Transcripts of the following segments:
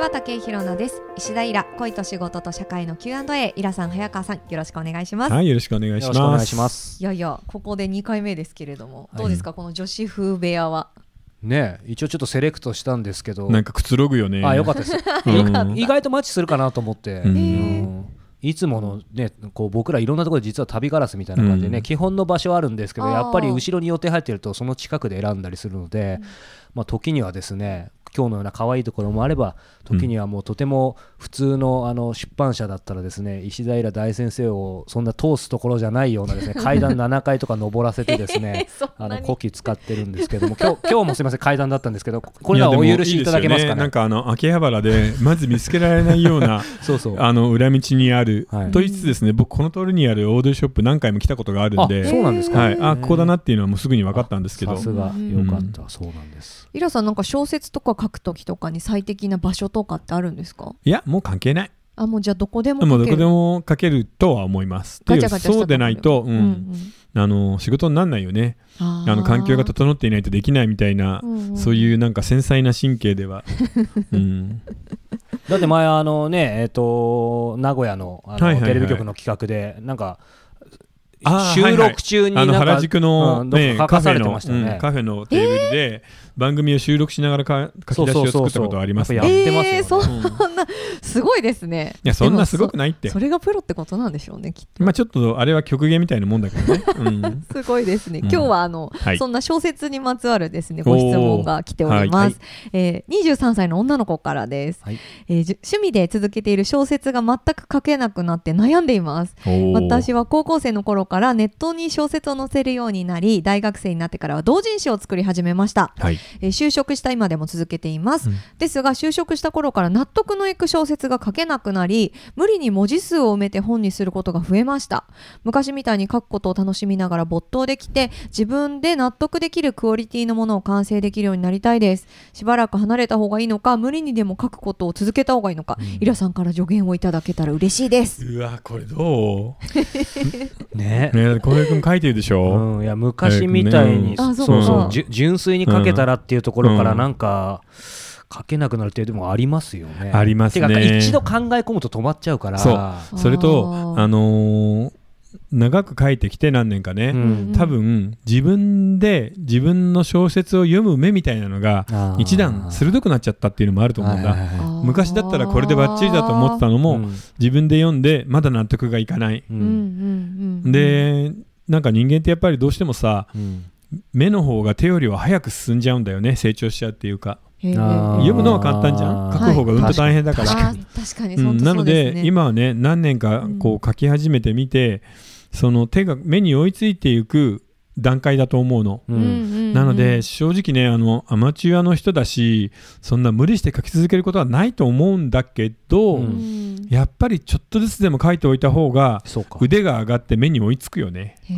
は竹井宏奈です石田イラ恋と仕事と社会の Q&A イラさん早川さんよろしくお願いします、はい、よろしくお願いしよます。ろしくお願いしまいす。やいやここで2回目ですけれども、はいどうですかこの女子風部屋はねえ一応ちょっとセレクトしたんですけど、なんかくつろぐよね。あよかったです。うん意外意外とマッチするかなと思って。うんうんいつものね、こう僕らいろんなところで実は旅ガラスみたいな感じでね、うん基本の場所はあるんですけどあーやっぱり後ろに予定入ってるとその近くで選んだりするので、まあ、時にはですね今日のような可愛いところもあれば時にはもうとても普通のあの出版社だったらですね石平大先生をそんな通すところじゃないようなですね階段7階とか登らせてです ねそんなあにの古希使ってるんですけども今日今 日もすいません階段だったんですけどこれはお許しいただけまやでもいいですよすねかねなんかあの秋葉原でまず見つけられないようなそう そうあの裏道にある、はいと言いつつですね、僕この通りにあるオードショップ何回も来たことがあるんあで、そうなんですか、はい、あここだなっていうのはもうすぐに分かったんですけど、さすがうんよかった、そうなんですイラさんなんか小説とか書くときとかに最適な場所とかってあるんですかいやもう関係ない。あもうじゃあどこでも書もうどけるこでも書けるとは思います。ガチャガチャしたところそうでないと、うんうんうんあの仕事にならないよね。あーあの環境が整っていないとできないみたいな、うんうんそういうなんか繊細な神経で は、うん、だって前あのねえっ、と名古屋のあの、はいはいはいテレビ局の企画でなんかあー収録中になあんのか原宿の、うんどっね、か書カかフさェれての、ましたよね、うんカフェのテーブルで番組を収録しながらか書き出しを作ったことはありますねそうそうそうやってますよねえー、そうんんなすごいですねいやそんなすごくないっでもてそそれがプロってことなんでしょうねきっとまあちょっとあれは曲芸みたいなもんだけどね、うんすごいですね。うん今日はあの、はいそんな小説にまつわるですねご質問が来ております。えー23歳の女の子からです、はいえーじゅ趣味で続けている小説が全く書けなくなって悩んでいます。私は高校生の頃からネットに小説を載せるようになり大学生になってからは同人誌を作り始めました、はいえー就職した今でも続けています、うんですが就職した頃から納得のいく小説が書けなくなり無理に文字数を埋めて本にすることが増えました昔みたいに書くことを楽しみながら没頭できて自分で納得できるクオリティのものを完成できるようになりたいですしばらく離れた方がいいのか無理にでも書くことを続けた方がいいのか、イラさんから助言をいただけたら嬉しいですうわこれどねうねだって浩平君書いてるでしょ、うん、いや昔みたいに、えーねあそそううそうかじゅ純粋に書けたらっていうところからうんなんか、書けなくなるってでもありますよねありますねてか一度考え込むと止まっちゃうからそうそれとあーあのー長く書いてきて何年かね、うん多分自分で自分の小説を読む目みたいなのがあー一段鋭くなっちゃったっていうのもあると思うんだ、はいはいはい昔だったらこれでバッチリだと思ってたのも、うん自分で読んでまだ納得がいかない、うんうんうんうん、でなんか人間ってやっぱりどうしてもさうん目の方が手よりは早く進んじゃうんだよね成長しちゃうっていうかへーあー読むのは簡単じゃん書く方がうんと大変だから、あー確かにう本ん当なそのうですでね、今はね何年かこう書き始めてみて、その手が目に追いついていく段階だと思うの。ううんうんんうんなので正直ねあのアマチュアの人だしそんな無理して書き続けることはないと思うんだけど、ううんんやっぱりちょっとずつでも書いておいた方がそうか腕が上がって目に追いつくよね。へ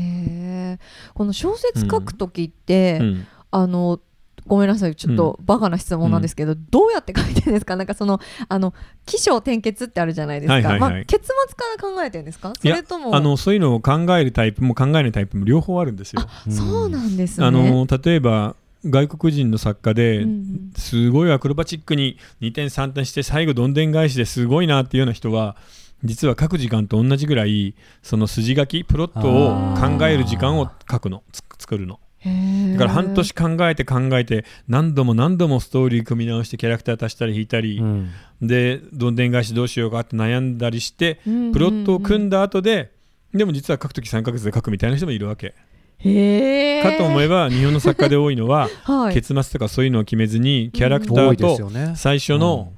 えこの小説書くときって、うんあのごめんなさいちょっとバカな質問なんですけど、どうやって書いてるんですかなんかそのあの起承転結ってあるじゃないですか、はいはいはいまあ、結末から考えてるんですかそいやれともあのそういうのを考えるタイプも考えないタイプも両方あるんですよ。あそうなんですねあの例えば外国人の作家で、うんうんすごいアクロバチックに2点3点して最後どんでん返しですごいなっていうような人は実は書く時間と同じぐらいその筋書きプロットを考える時間を書くのつ作るのへえだから半年考えて考えて何度も何度もストーリー組み直してキャラクター足したり引いたり、うんでどんでん返しどうしようかって悩んだりしてうんうんうんプロットを組んだ後ででも実は書くとき3ヶ月で書くみたいな人もいるわけ。へえかと思えば日本の作家で多いのは はい結末とかそういうのを決めずにキャラクタ多ーいですよとね最初の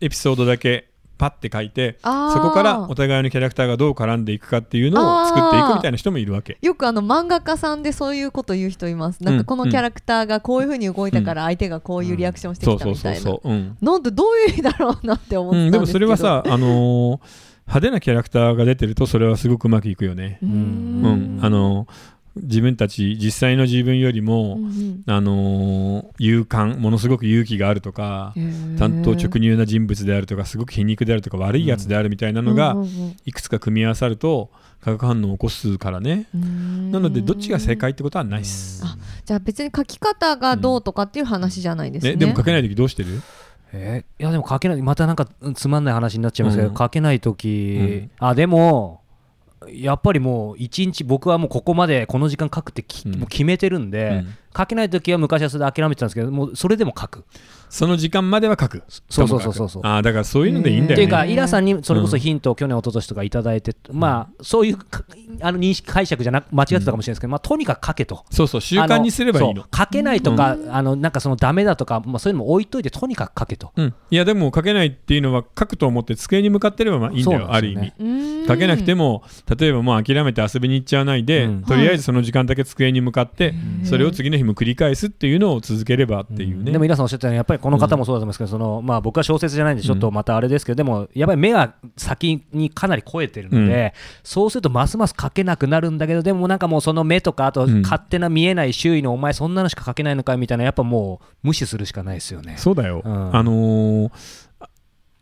エピソードだけパッて書いてあーそこからお互いのキャラクターがどう絡んでいくかっていうのを作っていくみたいな人もいるわけ。よくあの漫画家さんでそういうこと言う人いますなんうんかこのキャラクターがこういうふうに動いたから相手がこういうリアクションしてきそうたそうみそたういなそう、うんなんでどういう意味だろうなって思っうてたん、んでですけど、もそれはさ、あのー派手なキャラクターが出てるとそれはすごくうまくいくよね。うーん、ううんんあのー自分たち実際の自分よりも、うんあのー勇敢ものすごく勇気があるとか、担当直入な人物であるとかすごく皮肉であるとか悪いやつであるみたいなのうんがうんうんいくつか組み合わさると化学反応を起こすからねうーんなのでどっちが正解ってことはないっす、あじゃあ別に書き方がどうとかっていう話じゃないですね,、ね、でも書けない時どうしてるえーいやでも書けないまたなんかうんつまんない話になっちゃいますけど、うん書けない時、あでもやっぱりもう一日僕はもうここまでこの時間書くってき、うんもう決めてるんで、うん書けない時は昔はそれで諦めてたんですけどもうそれでも書くその時間までは書くそうそうそうそうそうああだからそういうのでいいんだだよねよっていうかねイラさんにそれこそヒントを去年一昨年とかいただいて、まあそういうかあの認識解釈じゃなく間違ってたかもしれないですけど、まあ、とにかく書けと。そうそう習慣にすればいいのあそう書けないとか、あのなんかそのダメだとか、まあ、そういうのも置いといてとにかく書けと。うん、いやでも書けないっていうのは書くと思って机に向かってればまあいいんだよそうなあんでる意すよね味書書けなくても例えばもう諦めて遊びに行っちゃわないで、うんとりあえずその時間だけ机に向かって、んそれを次の日も繰り返すっていうのを続ければっていうね、でも皆さんおっしゃったようにやっぱりこの方もそうだと思いますけど、そのまあ、僕は小説じゃないんでちょっとまたあれですけど、でもやっぱり目が先にかなり超えてるので、そうするとますます書けなくなるんだけどでもなんかもうその目とかあとうん勝手な見えない周囲のお前そんなのしか書けないのかよみたいなやっぱもう無視するしかないですよね。そうだよ、うんあのー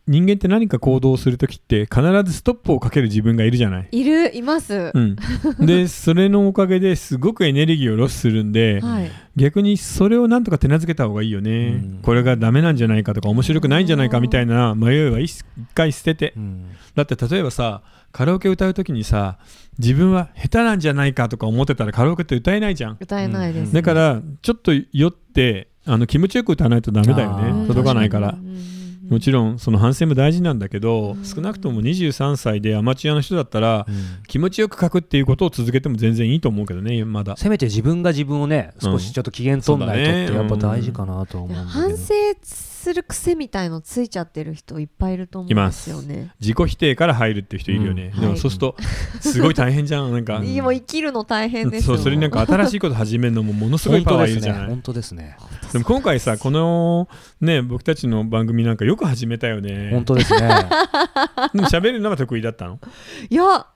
人間って何か行動する時って必ずストップをかける自分がいるじゃない、いるいます う、ん、でそれのおかげですごくエネルギーをロスするんで、はい逆にそれをなんとか手なずけた方がいいよね、うんこれがダメなんじゃないかとか面白くないんじゃないかみたいな迷いは一回捨ててうんだって例えばさカラオケ歌う時にさ自分は下手なんじゃないかとか思ってたらカラオケって歌えないじゃん歌えないです、だからちょっと酔ってあの気持ちよく歌わないとダメだよらねあー届かないからもちろんろんその反省も大事なんだけどうん少なくとも23歳でアマチュアの人だったら気持ちよく書くっていうことを続けても全然いいと思うけどねまだせめて自分が自分をね少しちょっと機嫌取んないとってやっぱ大事かなとは思うんだけど、反省する癖みたいのついちゃってる人いっぱいいると思うんですよね自己否定から入るっていう人いるよね、うんではもいそうするとすごい大変じゃんなんか うん今生きるの大変ですそようそれになんか新しいこと始めるのもものすごい本パ当ワでーいするじねゃない本当ですねでも今回さこのね僕たちの番組なんかよく始めたよね本当ですねでも喋るのが得意だったのいや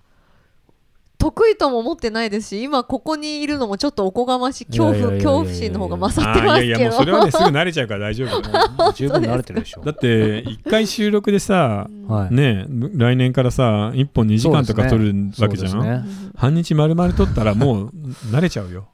得意とも思ってないですし今ここにいるのもちょっとおこがましい恐いやい怖やいやいや恐怖心の方が勝っあてまーすいけやどいやもうそれはねすぐ慣れちゃうから大丈夫十分慣れてるでしょだって一回収録でさはいね来年からさ1本2時間とかそ撮うでるすねわけじゃそうですんね半日丸々撮ったらもう慣れちゃうよ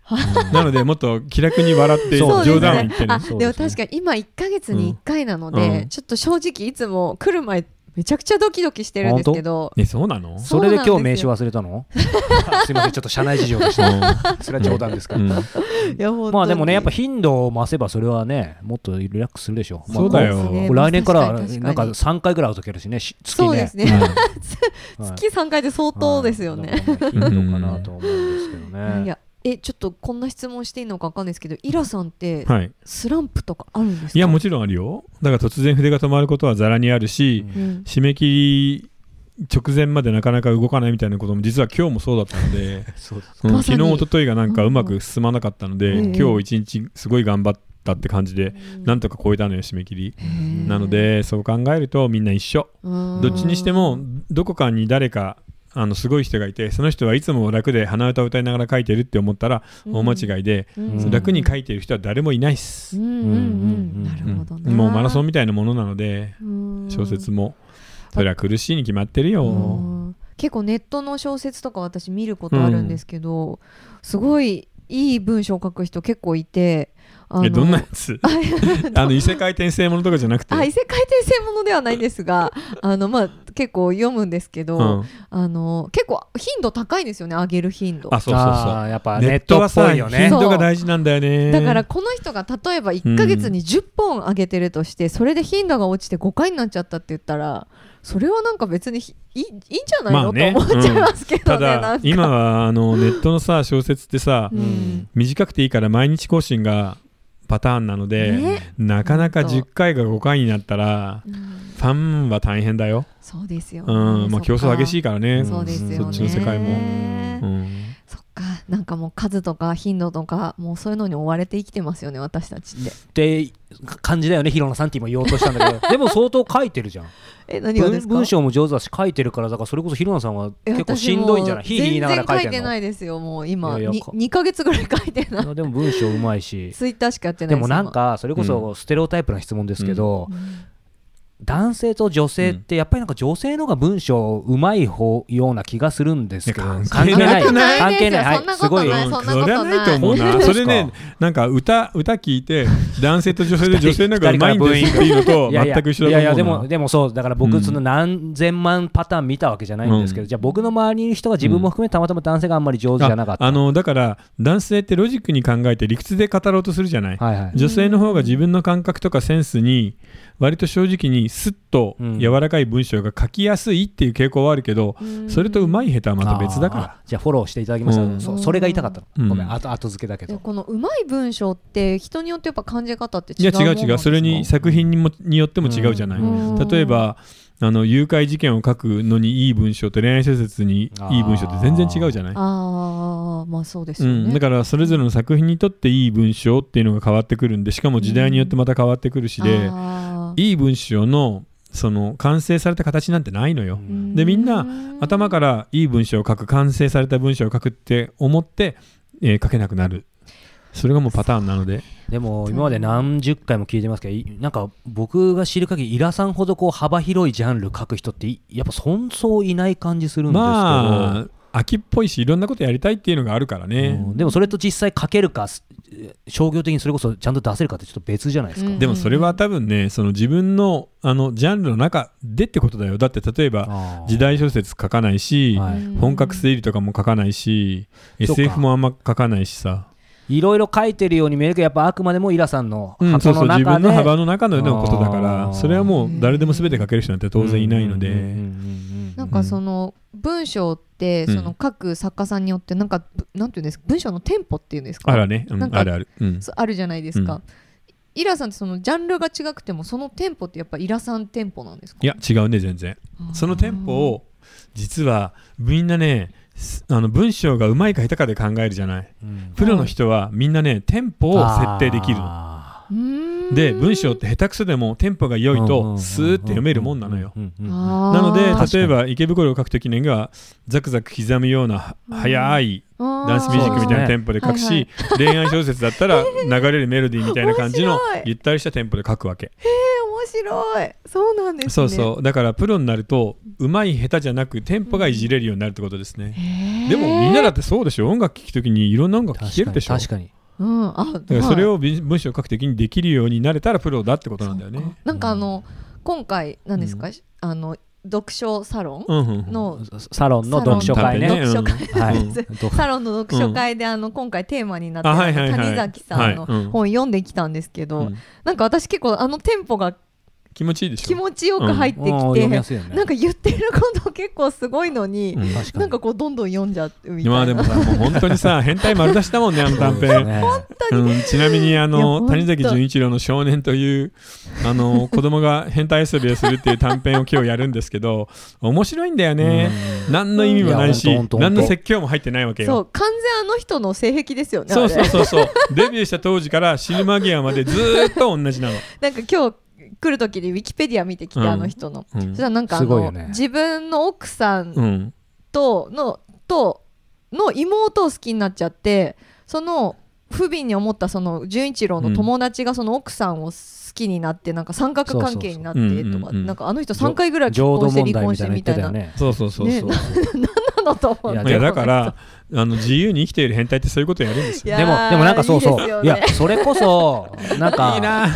なのでもっと気楽に笑ってそう冗談を言ってねあそうでもですね確かに今1ヶ月に1回なので、うんちょっと正直いつも来る前めちゃくちゃドキドキしてるんですけどねそうなのそそれでそ今うな日んで名す刺よ忘れたの すいませんちょっと社内事情でしうたんそれは冗談ですかうらんいや本当にまあでもねやっぱ頻度を増せばそれはねもっとリラックスするでしょまあそうだよですねこう来年からは確かになんか確か3回ぐらい解けるしねしに月ねそうですね、 はい月3回で相当ですよね、はいだからまあ頻度かなと思うんですけどい、ねやえちょっとこんな質問していいのかわかんないですけどイラさんってはいスランプとかあるんですかいやもちろんあるよだから突然筆が止まることはざらにあるし、うんうん締め切り直前までなかなか動かないみたいなことも実は今日もそうだったので、そうでうんまさ昨に日一昨日がなんかうまく進まなかったので、うん今日一日すごい頑張ったって感じで、なんとか超えたのよ締め切へり、ーなのでそう考えるとみんな一緒どどっちにしてもどこかに誰かあのすごい人がいてその人はいつも楽で鼻歌を歌いながら書いてるって思ったら大間違いで、うん楽に書いいてる人は誰もいないっす、うんうんうんなるほどねうんもうマラソンみたいなものなので小説ももそりゃ苦しいに決まってるよ、うん結構ネットの小説とか私見ることあるんですけど、すごいいい文章を書く人結構いてあえどんなや つあの異世界転生ものとかじゃなくて、あ異世界転生ものではないんですがあの、まあ、結構読むんですけど、うん、あの結構頻度高いんですよね上げる頻度。あそうそうそうあーやっぱネネッットトはっさぽいよね頻度が大事なんだよねだからこの人が例えば1ヶ月に10本上げてるとして、それで頻度が落ちて5回になっちゃったって言ったらそれはなんか別にひいいいいんじゃないの、まあねと思っちゃいますけどたね、なだんか今は あのネットのさ小説ってさ、うん短くていいから毎日更新がパターンなので、ねなかなかほんと10回が5回になったらうんファンは大変だよ、そうですようね、んまあ、競争激しいいからねそうですよねそっちの世界も、うんそっかなんかもう数とか頻度とかもうそういうのに追われて生きてますよね私たちってって感じだよね、ヒロナさんって今言おうとしたんだけど、でも相当書いてるじゃん。え何がで文すか文章も上手だし、書いてるから、だからそれこそヒロナさんはえ結構私しんどいんじゃないもうひいひい言いながら書い全て然書いてるなの。いいですよもう今いやいやにか2ヶ月ぐらい書いて ないやでも文章うまいし。ツイッターしかやってなでいですもなん今か、それこそステレオタイプな質問ですけど、うん男性と女性ってやっぱりなんか女性の方が文章うまい方ような気がするんですけどいや関関係係なないい関係ないそんはいなすこごといない、うんそんなそこれとはないなとい。思う本当なですそかれねなんか歌歌聞いて男性と女性で女性の方がうまいんですっていうのといやい や全く一緒だと思ういいやいやでもでもそうだからう僕んその何千万パターン見たわけじゃないんですけうど、んじゃあ僕の周りにいる人が自分も含めてたまたま男性があんまり上手じゃなかったああのだから男性ってロジックに考えて理屈で語ろうとするじゃない、はいはい女性の方が自分の感覚とかセンスに割と正直にスッと柔らかい文章が書きやすいっていう傾向はあるけど、それとうまい下手はまた別だからあーじゃあフォローしていただきました、うんそそれが痛かったの、うんごめん後後付けだけでど、このうまい文章って人によってやっぱ感じ方ってい違やうもん違なうんですか違うそれに作品にもによっても違うじゃない、うん例えばあの誘拐事件を書くのにいい文章と恋愛小説にいい文章って全然違うじゃないああまあそうですうよね、ん、だからそれぞれの作品にとっていい文章っていうのが変わってくるんでしかも時代によってまた変わってくるしで、あーいい文章のその完成された形なんてないのよ、うんでみんなうー頭からいい文章を書く完成された文章を書くって思って、えー書けなくなるそれがもうパターンなのででも今まで何十回も聞いてますけどいなんか僕が知る限りイラさんほどこう幅広いジャンル書く人っていやっぱそんそういない感じするんですけど、まあ秋っぽいしいろんなことやりたいっていうのがあるからね、うんでもそれと実際書けるかす商業的にそれこそちゃんと出せるかってちょっと別じゃないですか、うんでもそれは多分ねその自分のあのジャンルの中でってことだよだって例えばあー時代小説書かないし、はいうん本格推理とかも書かないしそうか SF もあんま書かないしさいろいろ書いてるように見えるけどやっぱあくまでもイラさんのうん、そ箱うそのう自中分で、の幅の中ののことだかあーらそれはもう誰でも全て書ける人なんて当然いないので、うんうんうんうんなんかその文章ってうんその各作家さんによってなんかぶなんていうんですか文章のテンポっていうんですかあらね、うんなんかあるある、うんそうあるじゃないですか、うんイラさんってそのジャンルが違くてもそのテンポってやっぱイラさんテンポなんですかいや違うね全然そのテンポを実はみんなねすあの文章がうまいか下手かで考えるじゃないうんプロの人はみんなねテンポを設定できるのあうーんで文章って下手くそでもテンポがー良いうんうんうんうんとスーって読めるもんなのようんうんうんうんななのであー例えば池袋を書く時にはザクザク刻むようなうん速いダダンスミュージックみたいなそうですねテンポで書くし、はいはい恋愛小説だったら流れるメロディーみたいな感じの面白いゆったりしたテンポで書くわけ、面白いそうなんですねそうそうだからプロになるとうまい下手じゃなくテンポがいじれるようになるってことですね、へーでもみんなだってそうでしょ音楽聴くときにいろんな音楽聴けるでしょ確かにうんあだからそれはいをび文章を書くときにできるようになれたらプロだってことなんだよねなんかあの今回何ですか、あの読書サロうんうんうンんの、確かにサロンの読書会サロンねの読書会、はいうん サロンの読書会で、あの今回テーマになってるあはいはいはい谷崎さんのはいうん本読んできたんですけど、うんなんか私結構あのテンポが気持ちいいでしょ気持ちよく入ってきて、うん読みやすいよねなんか言ってること結構すごいのに、うん確かになんかこうどんどん読んじゃうみたいな。まあでもさもう本当にさ変態丸出しだもんねあの短そう編ねうん、ちなみにあいやの本当谷崎潤一郎の「少年」というあの子供が変態遊びをするっていう短編を今日やるんですけど面白いんだよね何の意味もないしいや本当本当何の説教も入ってないわけそよう完全あの人の性癖ですよね。そうあそうれそうそうデビューした当時から死ぬ間際までずーっと同じなの、なんか今日来る時にウィキペディア見てきて、うんあの人の。うそんしたらなんかあすごいの、よね自分の奥さんうんとのとの妹を好きになっちゃってその不憫に思ったその純一郎の友達がその奥さんを好きになってなんか三角関係になっそうそてうそうとかうんうんうんなんかあの人3回ぐらい結婚して離婚してみたいな の言ってそうそうそうそう、ねなのと思っていいやだからあの自由に生きている変態ってそういうことやるんですよいたやよねでもーでもなんかそうそいいですよういねやそれこそなん かいいな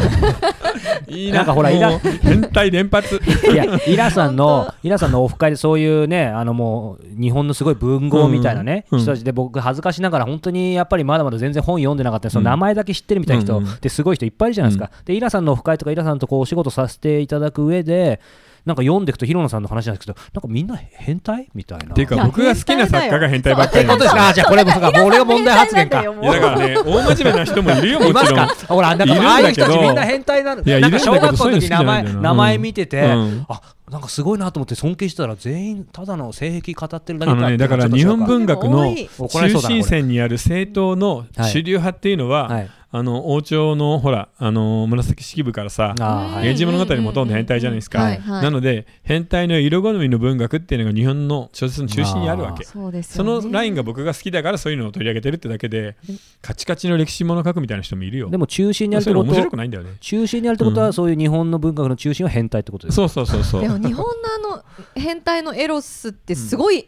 いいななんかほらいらもう変態連発 いやイラさんのイラさんのオフ会でそういうねあのもう日本のすごい文豪みたいなね、うんうん人たちで僕恥ずかしながら本当にやっぱりまだまだ全然本読んでなかったんでその名前だけ知ってるみたいな人うっんうんてすごい人いっぱいいるじゃないですか、でイラさんのオフ会とかイラさんとこうお仕事させていただく上でなんか読んでいくとヒロノさんの話なんですけどなんかみんな変態みたいな。っていういかや僕が好きな作家が変態ばっかといりうなこんでとですすよかあじゃあ これもそうかもう俺が問題発言か。もういやだからね大真面目な人もいるよもいまちすろんかほら、でもいるんああいうだけ人どたちみんな変態なの。いやなんかいるんだ小けど学校の時に名前そういうの好きなんだよな名前見てて、うんあなんかすごいなと思って尊敬してたら全員ただの性癖語ってるだけあかのね、だからってなっ 日ちゃった本文学のでも多い中心線にある政党の主流派っていうのは、はいあの王朝のほらあの紫式部からさあ「ーはい源氏物語」もほとんど変態じゃないですか、うんうんうんうんはいはいなので変態の色好みの文学っていうのが日本の小説の中心にあるわけそうですそよねのラインが僕が好きだからそういうのを取り上げてるってだけでうんカチカチの歴史もの書くみたいな人もいるよでも中心にあるっそうていうのこ面白くとないんだよね中心にあるってことうはんそういう日本の文学の中心は変態ってことですそうそうそうそうでも日本のあの変態のエロスってすごい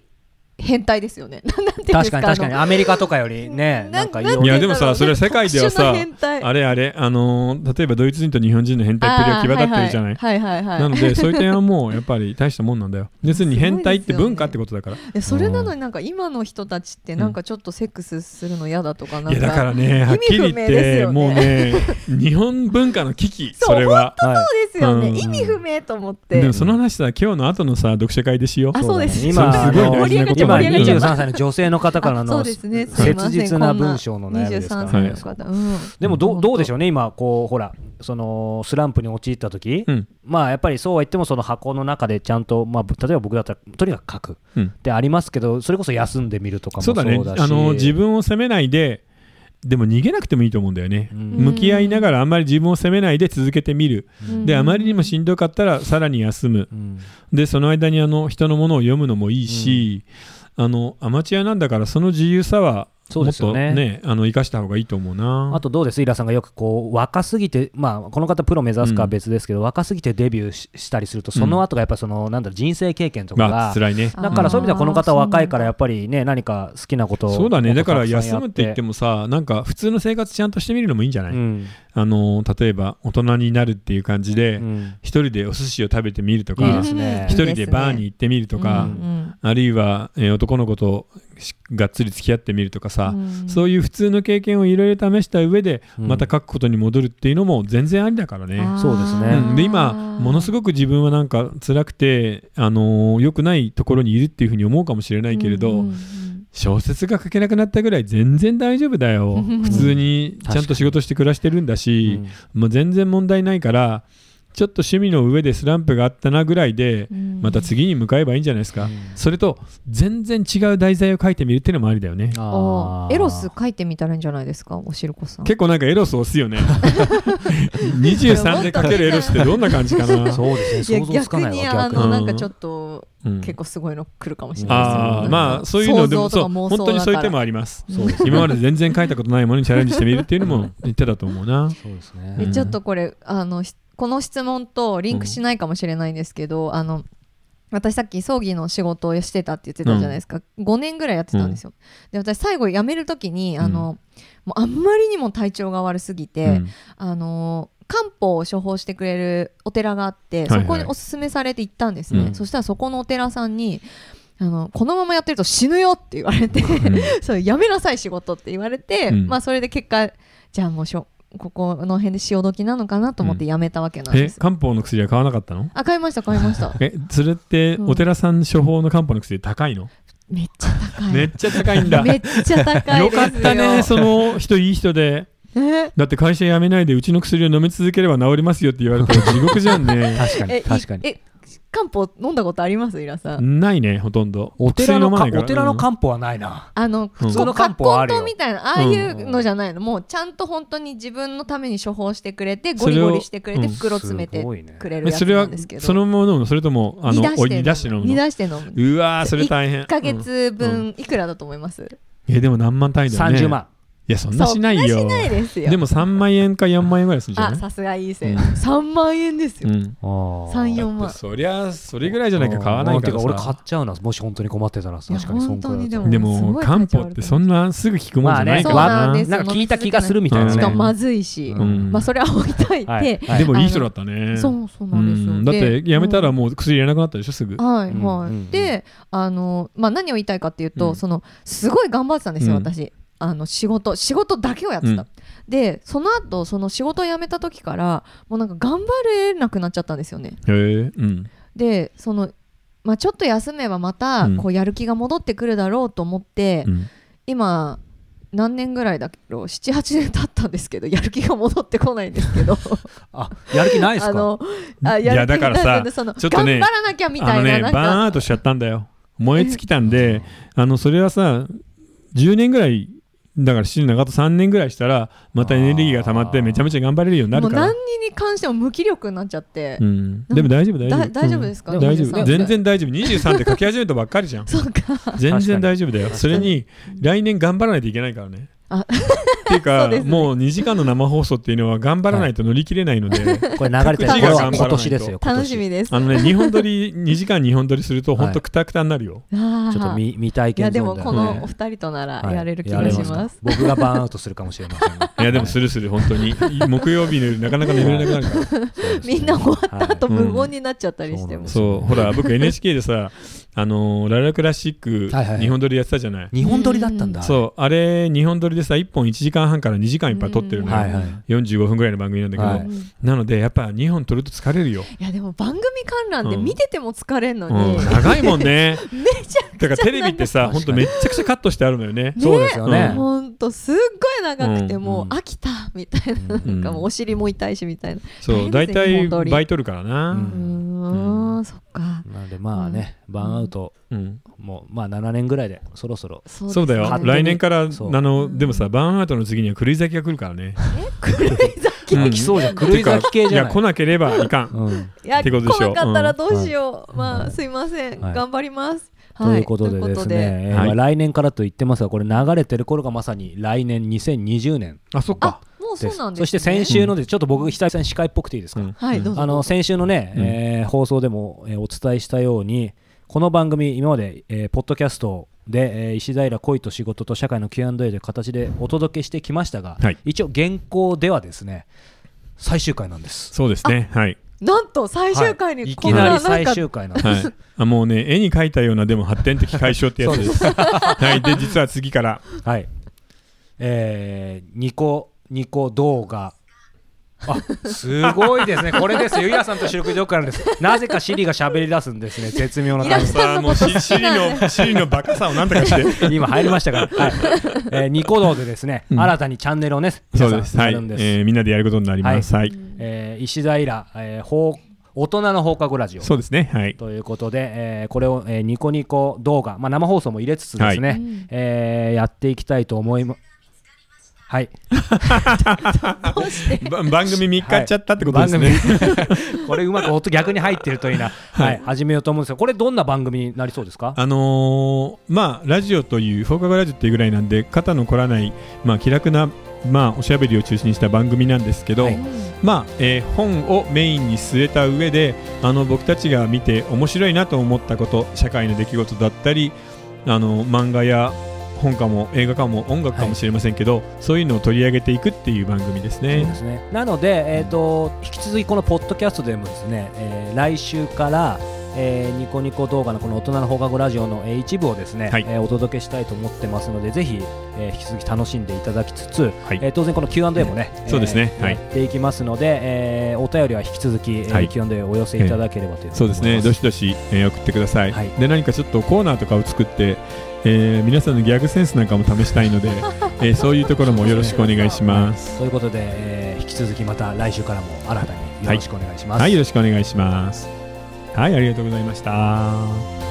変態ですよね。 なんていうんです確かかに確かにあアメリカとかよりのねなんかいろていやうんだろうでもさそれは世界ではさ特殊な変態あれあれ、あのー例えばドイツ人と日本人の変態っぷりが際立ってるじゃない。はいはいはいはいなので、そういう点はもうやっぱり大したもんな んだよ。別に変態って文化ってことだから。えそれなのになんか今の人たちってなんかちょっとセックスするの嫌だとかなんいかやだからね、はっきり言っ意味不明ですて、よねもうね、日本文化の危機、 そうそれは。はいそうですよね、うん意味不明と思って、でもその話さ、今日の後のさ、読者会でしようあ。そうですね今そあれすごいの大事なこと今なん盛りで上がっちゃう23歳の女性の方からあそのうですねすいません切実な文章の悩みですか23ら歳ねの方、うんでもどうどうでしょょうね今こうほらそのスランプに陥った時、うんまあやっぱりそうは言ってもその箱の中でちゃんと、まあ、例えば僕だったらとにかく書くうんってありますけどそれこそ休んでみるとかもそそううだだしね、あの自分を責めないで、でも逃げなくてもいいと思うんだよね。うん向き合いながらあんまり自分を責めないで続けてみる。うで、あまりにもしんどかったらさらに休む。うんでその間にあの人のものを読むのもいいし、あのアマチュアなんだからその自由さはそうもでっすよとねねあの生かした方がいいと思うなあとどうですイラさんがよくこう若すぎて、まあ、この方プロ目指すかはうん別ですけど、若すぎてデビューししたりするとその後がやっぱりその、なんだろう人生経験とかまがあ、辛いねあだからそういう意味ではこの方あー若いからやっぱりね何か好きなことをそうだねだから休むって言ってももさなんか普通の生活ちゃんとしてみるのもいいんじゃない、うんあの例えば大人になるっていう感じで、うん一人でお寿司を食べてみるといいかですね一人でバーに行ってみるとか、うんうんあるいは、えー男の子としがっつり付き合ってみるとかさ、うんそういう普通の経験をいろいろ試した上で、うんまた書くことに戻るっていうのも全然ありだからね。あーそうですねうん、で今ものすごく自分はなんか辛くて、あのー良くないところにいるっていうふうに思うかもしれないけれど、うんうんうん小説が書けなくなったぐらい全然大丈夫だ よ普通にちゃんと仕事して暮らしてるんだし、もう全然問題ないからちょっと趣味の上でスランプがあったなぐらいでうんまた次に向かえばいいんじゃないですか、それと全然違う題材を書いてみるっていうのもありだよねああーーエロス書いてみたらいいんじゃないですかおしるこさん結構なんかエロス押す よね23で書けるエロスってどんな感じ かな、そうですね想い像やつか逆ないにわあ逆にのうんなんかちょっとうん結構すごいの来るかもしれないですよあなあんかまあそういうのでも想像とそうか妄本想だ当にそういう手もあありますそうですね今まで全然書いたことないものにチャレンジしてみるっていうの も言ってたと思うなそうですねうんちょっとこれあのしこの質問とリンクしないかもしれないんですけど、あの私さっき葬儀の仕事をしてたって言ってたじゃないですか、5年ぐらいやってたんですよ、で私最後辞める時にあの、もうあんまりにも体調が悪すぎて、うんあの漢方を処方してくれるお寺があってはいはそいこにおすすめされて行ったんですね、うんそしたらそこのお寺さんにあのこのままやってると死ぬよって言われて、 そうやめなさい仕事って言われて、うんまあそれで結果じゃあもうしょここの辺で潮時なのかなと思ってやめたわけなんえです、漢方の薬は買わなかったのあ買いました買いました えそれってうんお寺さん処方の漢方の薬高いの、めっちゃ高いめっちゃ高いんだめっちゃ高いでよすよかったねその人いい人でえだって会社辞めないでうちの薬を飲み続ければ治りますよって言われたら地獄じゃんね確かえに確かにいえ漢方飲んだことありますイラさんないねほとんどお寺の薬飲まかないからお寺のうん漢方はないなあの、普通通のの漢漢方はあ方るよみたいな、ああいうのじゃないの、もうちゃんと本当に自分のために処方してくれて、そゴれリをゴリしてくれて、うん袋詰めてすごいねくれるやえそつれなはんですけど。そのまま飲むのそれともあのお煮煮出出ししてて飲飲むむ。煮の出して飲む。うわーそれ大変1ヶ月う分いくらだと思いますうんえでも何万単位だよね30万いやそんなしないそよんなしないですよ。でも3万円か4万円ぐらいするんじゃあ、ないさすがいいうん線。3万円ですうよ。ん3、4まあ万。そりゃそれぐらいじゃないか買わないかうんてらか俺買さっちゃうなもし本当に困ってたらいや確かにそんくらいだ本当にでですもごい漢価値あると方思うってそんなすぐ効くもんじゃないかまらあなねでそうなんか聞いた気がするみたいなしそうかなんもでますずいしう、んまあそれは置いといはて。はもいい人だったねそう、そううなんですよ。んだっでてやめたらもう薬いらなくなったでしょすぐはいうんはい、うんであの、まあ、何を言いたいかっていうと、うんそのすごい頑張ってたんですよ、うん私あの仕事仕事だけをやってた、うんでその後その仕事を辞めた時からもうなんか頑張れなくなっちゃったんですよねへえうんでその、まあ、ちょっと休めばまたうんこうやる気が戻ってくるだろうと思って、うん今何年ぐらいだろう78年経ったんですけどやる気が戻ってこないんですけどあやる気ないですあかのあいややる気だ からさなんそのちょっとね頑張らなきゃみたあいなのなんねバーかンアウトしちゃったんだよ燃え尽きたんであのそれはさ10年ぐらいだから7年長と3年ぐらいしたらまたエネルギーが溜まってめちゃめちゃ頑張れるようになもるうから何に関しても無気力になっちゃって、うん、でも大丈夫大丈だ夫大丈夫ですか、うん大丈小西夫さん全然大丈夫23で書き始めたばっかりじゃん そうか全然大丈夫だよそれに来年頑張らないといけないからねあ っていうそかうですねもう2時間の生放送っていうのは頑張らないと乗り切れないので、 これ流れて各る自これが頑は張らないと今年ですよ今年楽しみですあのね2本撮り2時間2本撮りするとはいほんとクタクタになるよ、あーちょっと未未い体や験でゾーもンでこのお二人とならはいやれる気やがれしかます。僕がバーンアウトするかもしれま せんがいやでもするする本当に木曜日の夜なかなか眠れなくなるからそうですねみんな終わった後はい無言になっちゃったりしても、うんそうほら僕 NHK でさ「あのーララクラシックはいはいは」い日本撮りやってたじゃない、日本撮りだったんだそうあれ日本撮りでさ1本1時間半から2時間いっぱい撮ってるのよ、はいはい45分ぐらいの番組なんだけど、はういんいなのでやっぱ2本撮ると疲れるよ、やでも番組観覧ってうん見てても疲れんのうに、ん、め長いもんねちゃくちだからテレビってさ長いほんとめっちゃくちゃカットしてあるのよねねそうですよゃねうんほんとすっごい長くてもううん飽きたみたいな,、うなんんかもうお尻も痛いしみたいなそう大大変ですね体日本撮り倍撮るからな、ううーんん、そっかなのでまあねバーンアウトうんもうまあ7年ぐらいでそろそろそうそうだよ ですね来年からあそうのでもさバーンアウトの次には狂い咲きが来るからねうんうん来そうじゃん狂い咲き系じゃいやない来なければいかんうんいやってことでしょ来なかったらどうしよう、うんまあすいません、はい頑張ります、とはいいうことでですねえーはいまあ来年からと言ってますがこれ流れてる頃がまさに来年2020年あそっあかもうそでうすなんです、ね、そして先週のでちょっと僕久々に司会っぽくていいですかうんはいどうぞあの先週のね、うんえー放送でも、えーお伝えしたようにこの番組今まで、えーポッドキャストで、えー石平恋と仕事と社会の Q&A という形でお届けしてきましたが、はい一応現行ではですね最終回なんですそうですねはいなんと最終回はいにいこきんななりなん最か終回なんです、 はい、あもうね絵に描いたようなでも発展的解消ってやつです。はい、で実は次 からはいえー、ニコニコ動画あすごいですね、これですよ、ゆやさんと収録上からです、なぜかシリが喋り出すんですね、絶妙なタイミングでさあもうしシリのシリのバカさをなんとかして今入りましたから、はいえーニコ動でですね、うん新たにチャンネルをね、そ皆うさんですはい、えやるんです、ーみんなでやることになりますはい、えー石平、えー放大人の放課後ラジオそうですねはいということで、えーこれを、えーニコニコ動画、まあ、生放送も入れつつですね、はいうんえーやっていきたいと思います。はい、どうしてば番組見日っちゃったってこと ですね、番組 これうまく音逆に入ってる といいな、はい、始めようと思うんですがこれどんな番組になりそうですかあのーまあラジオという放課後ラジオっていうぐらいなんで肩の凝らないまあ気楽なまあおしゃべりを中心にした番組なんですけど、はいまあえー本をメインに据えた上であの僕たちが見て面白いなと思ったこと社会の出来事だったりあの漫画や本かも映画かも音楽かもしれませんけど、そういうのを取り上げていくっていう番組ですそうでね。すねなので、えー、と引き続きこのポッドキャストでもですね、えー来週から、えーニコニコ動画のこの大人の放課後ラジオの、えー一部をですね、はいえーお届けしたいと思ってますのでぜひ、えー引き続き楽しんでいただきつつ、はいえー当然この Q&A もね、えーそうですねはいやっていきますので、えーお便りは引き続き、えーはい Q&A をお寄せいただければというふそうにで思いますねどしどし、えー送ってください、はいで何かちょっとコーナーとかを作って、えー皆さんのギャグセンスなんかも試したいの で、えーそういうところもよろしくお願いします。ということで、えー引き続きまた来週からも新たによろしくお願いします。はい、よろしくお願いします。はい、ありがとうございました。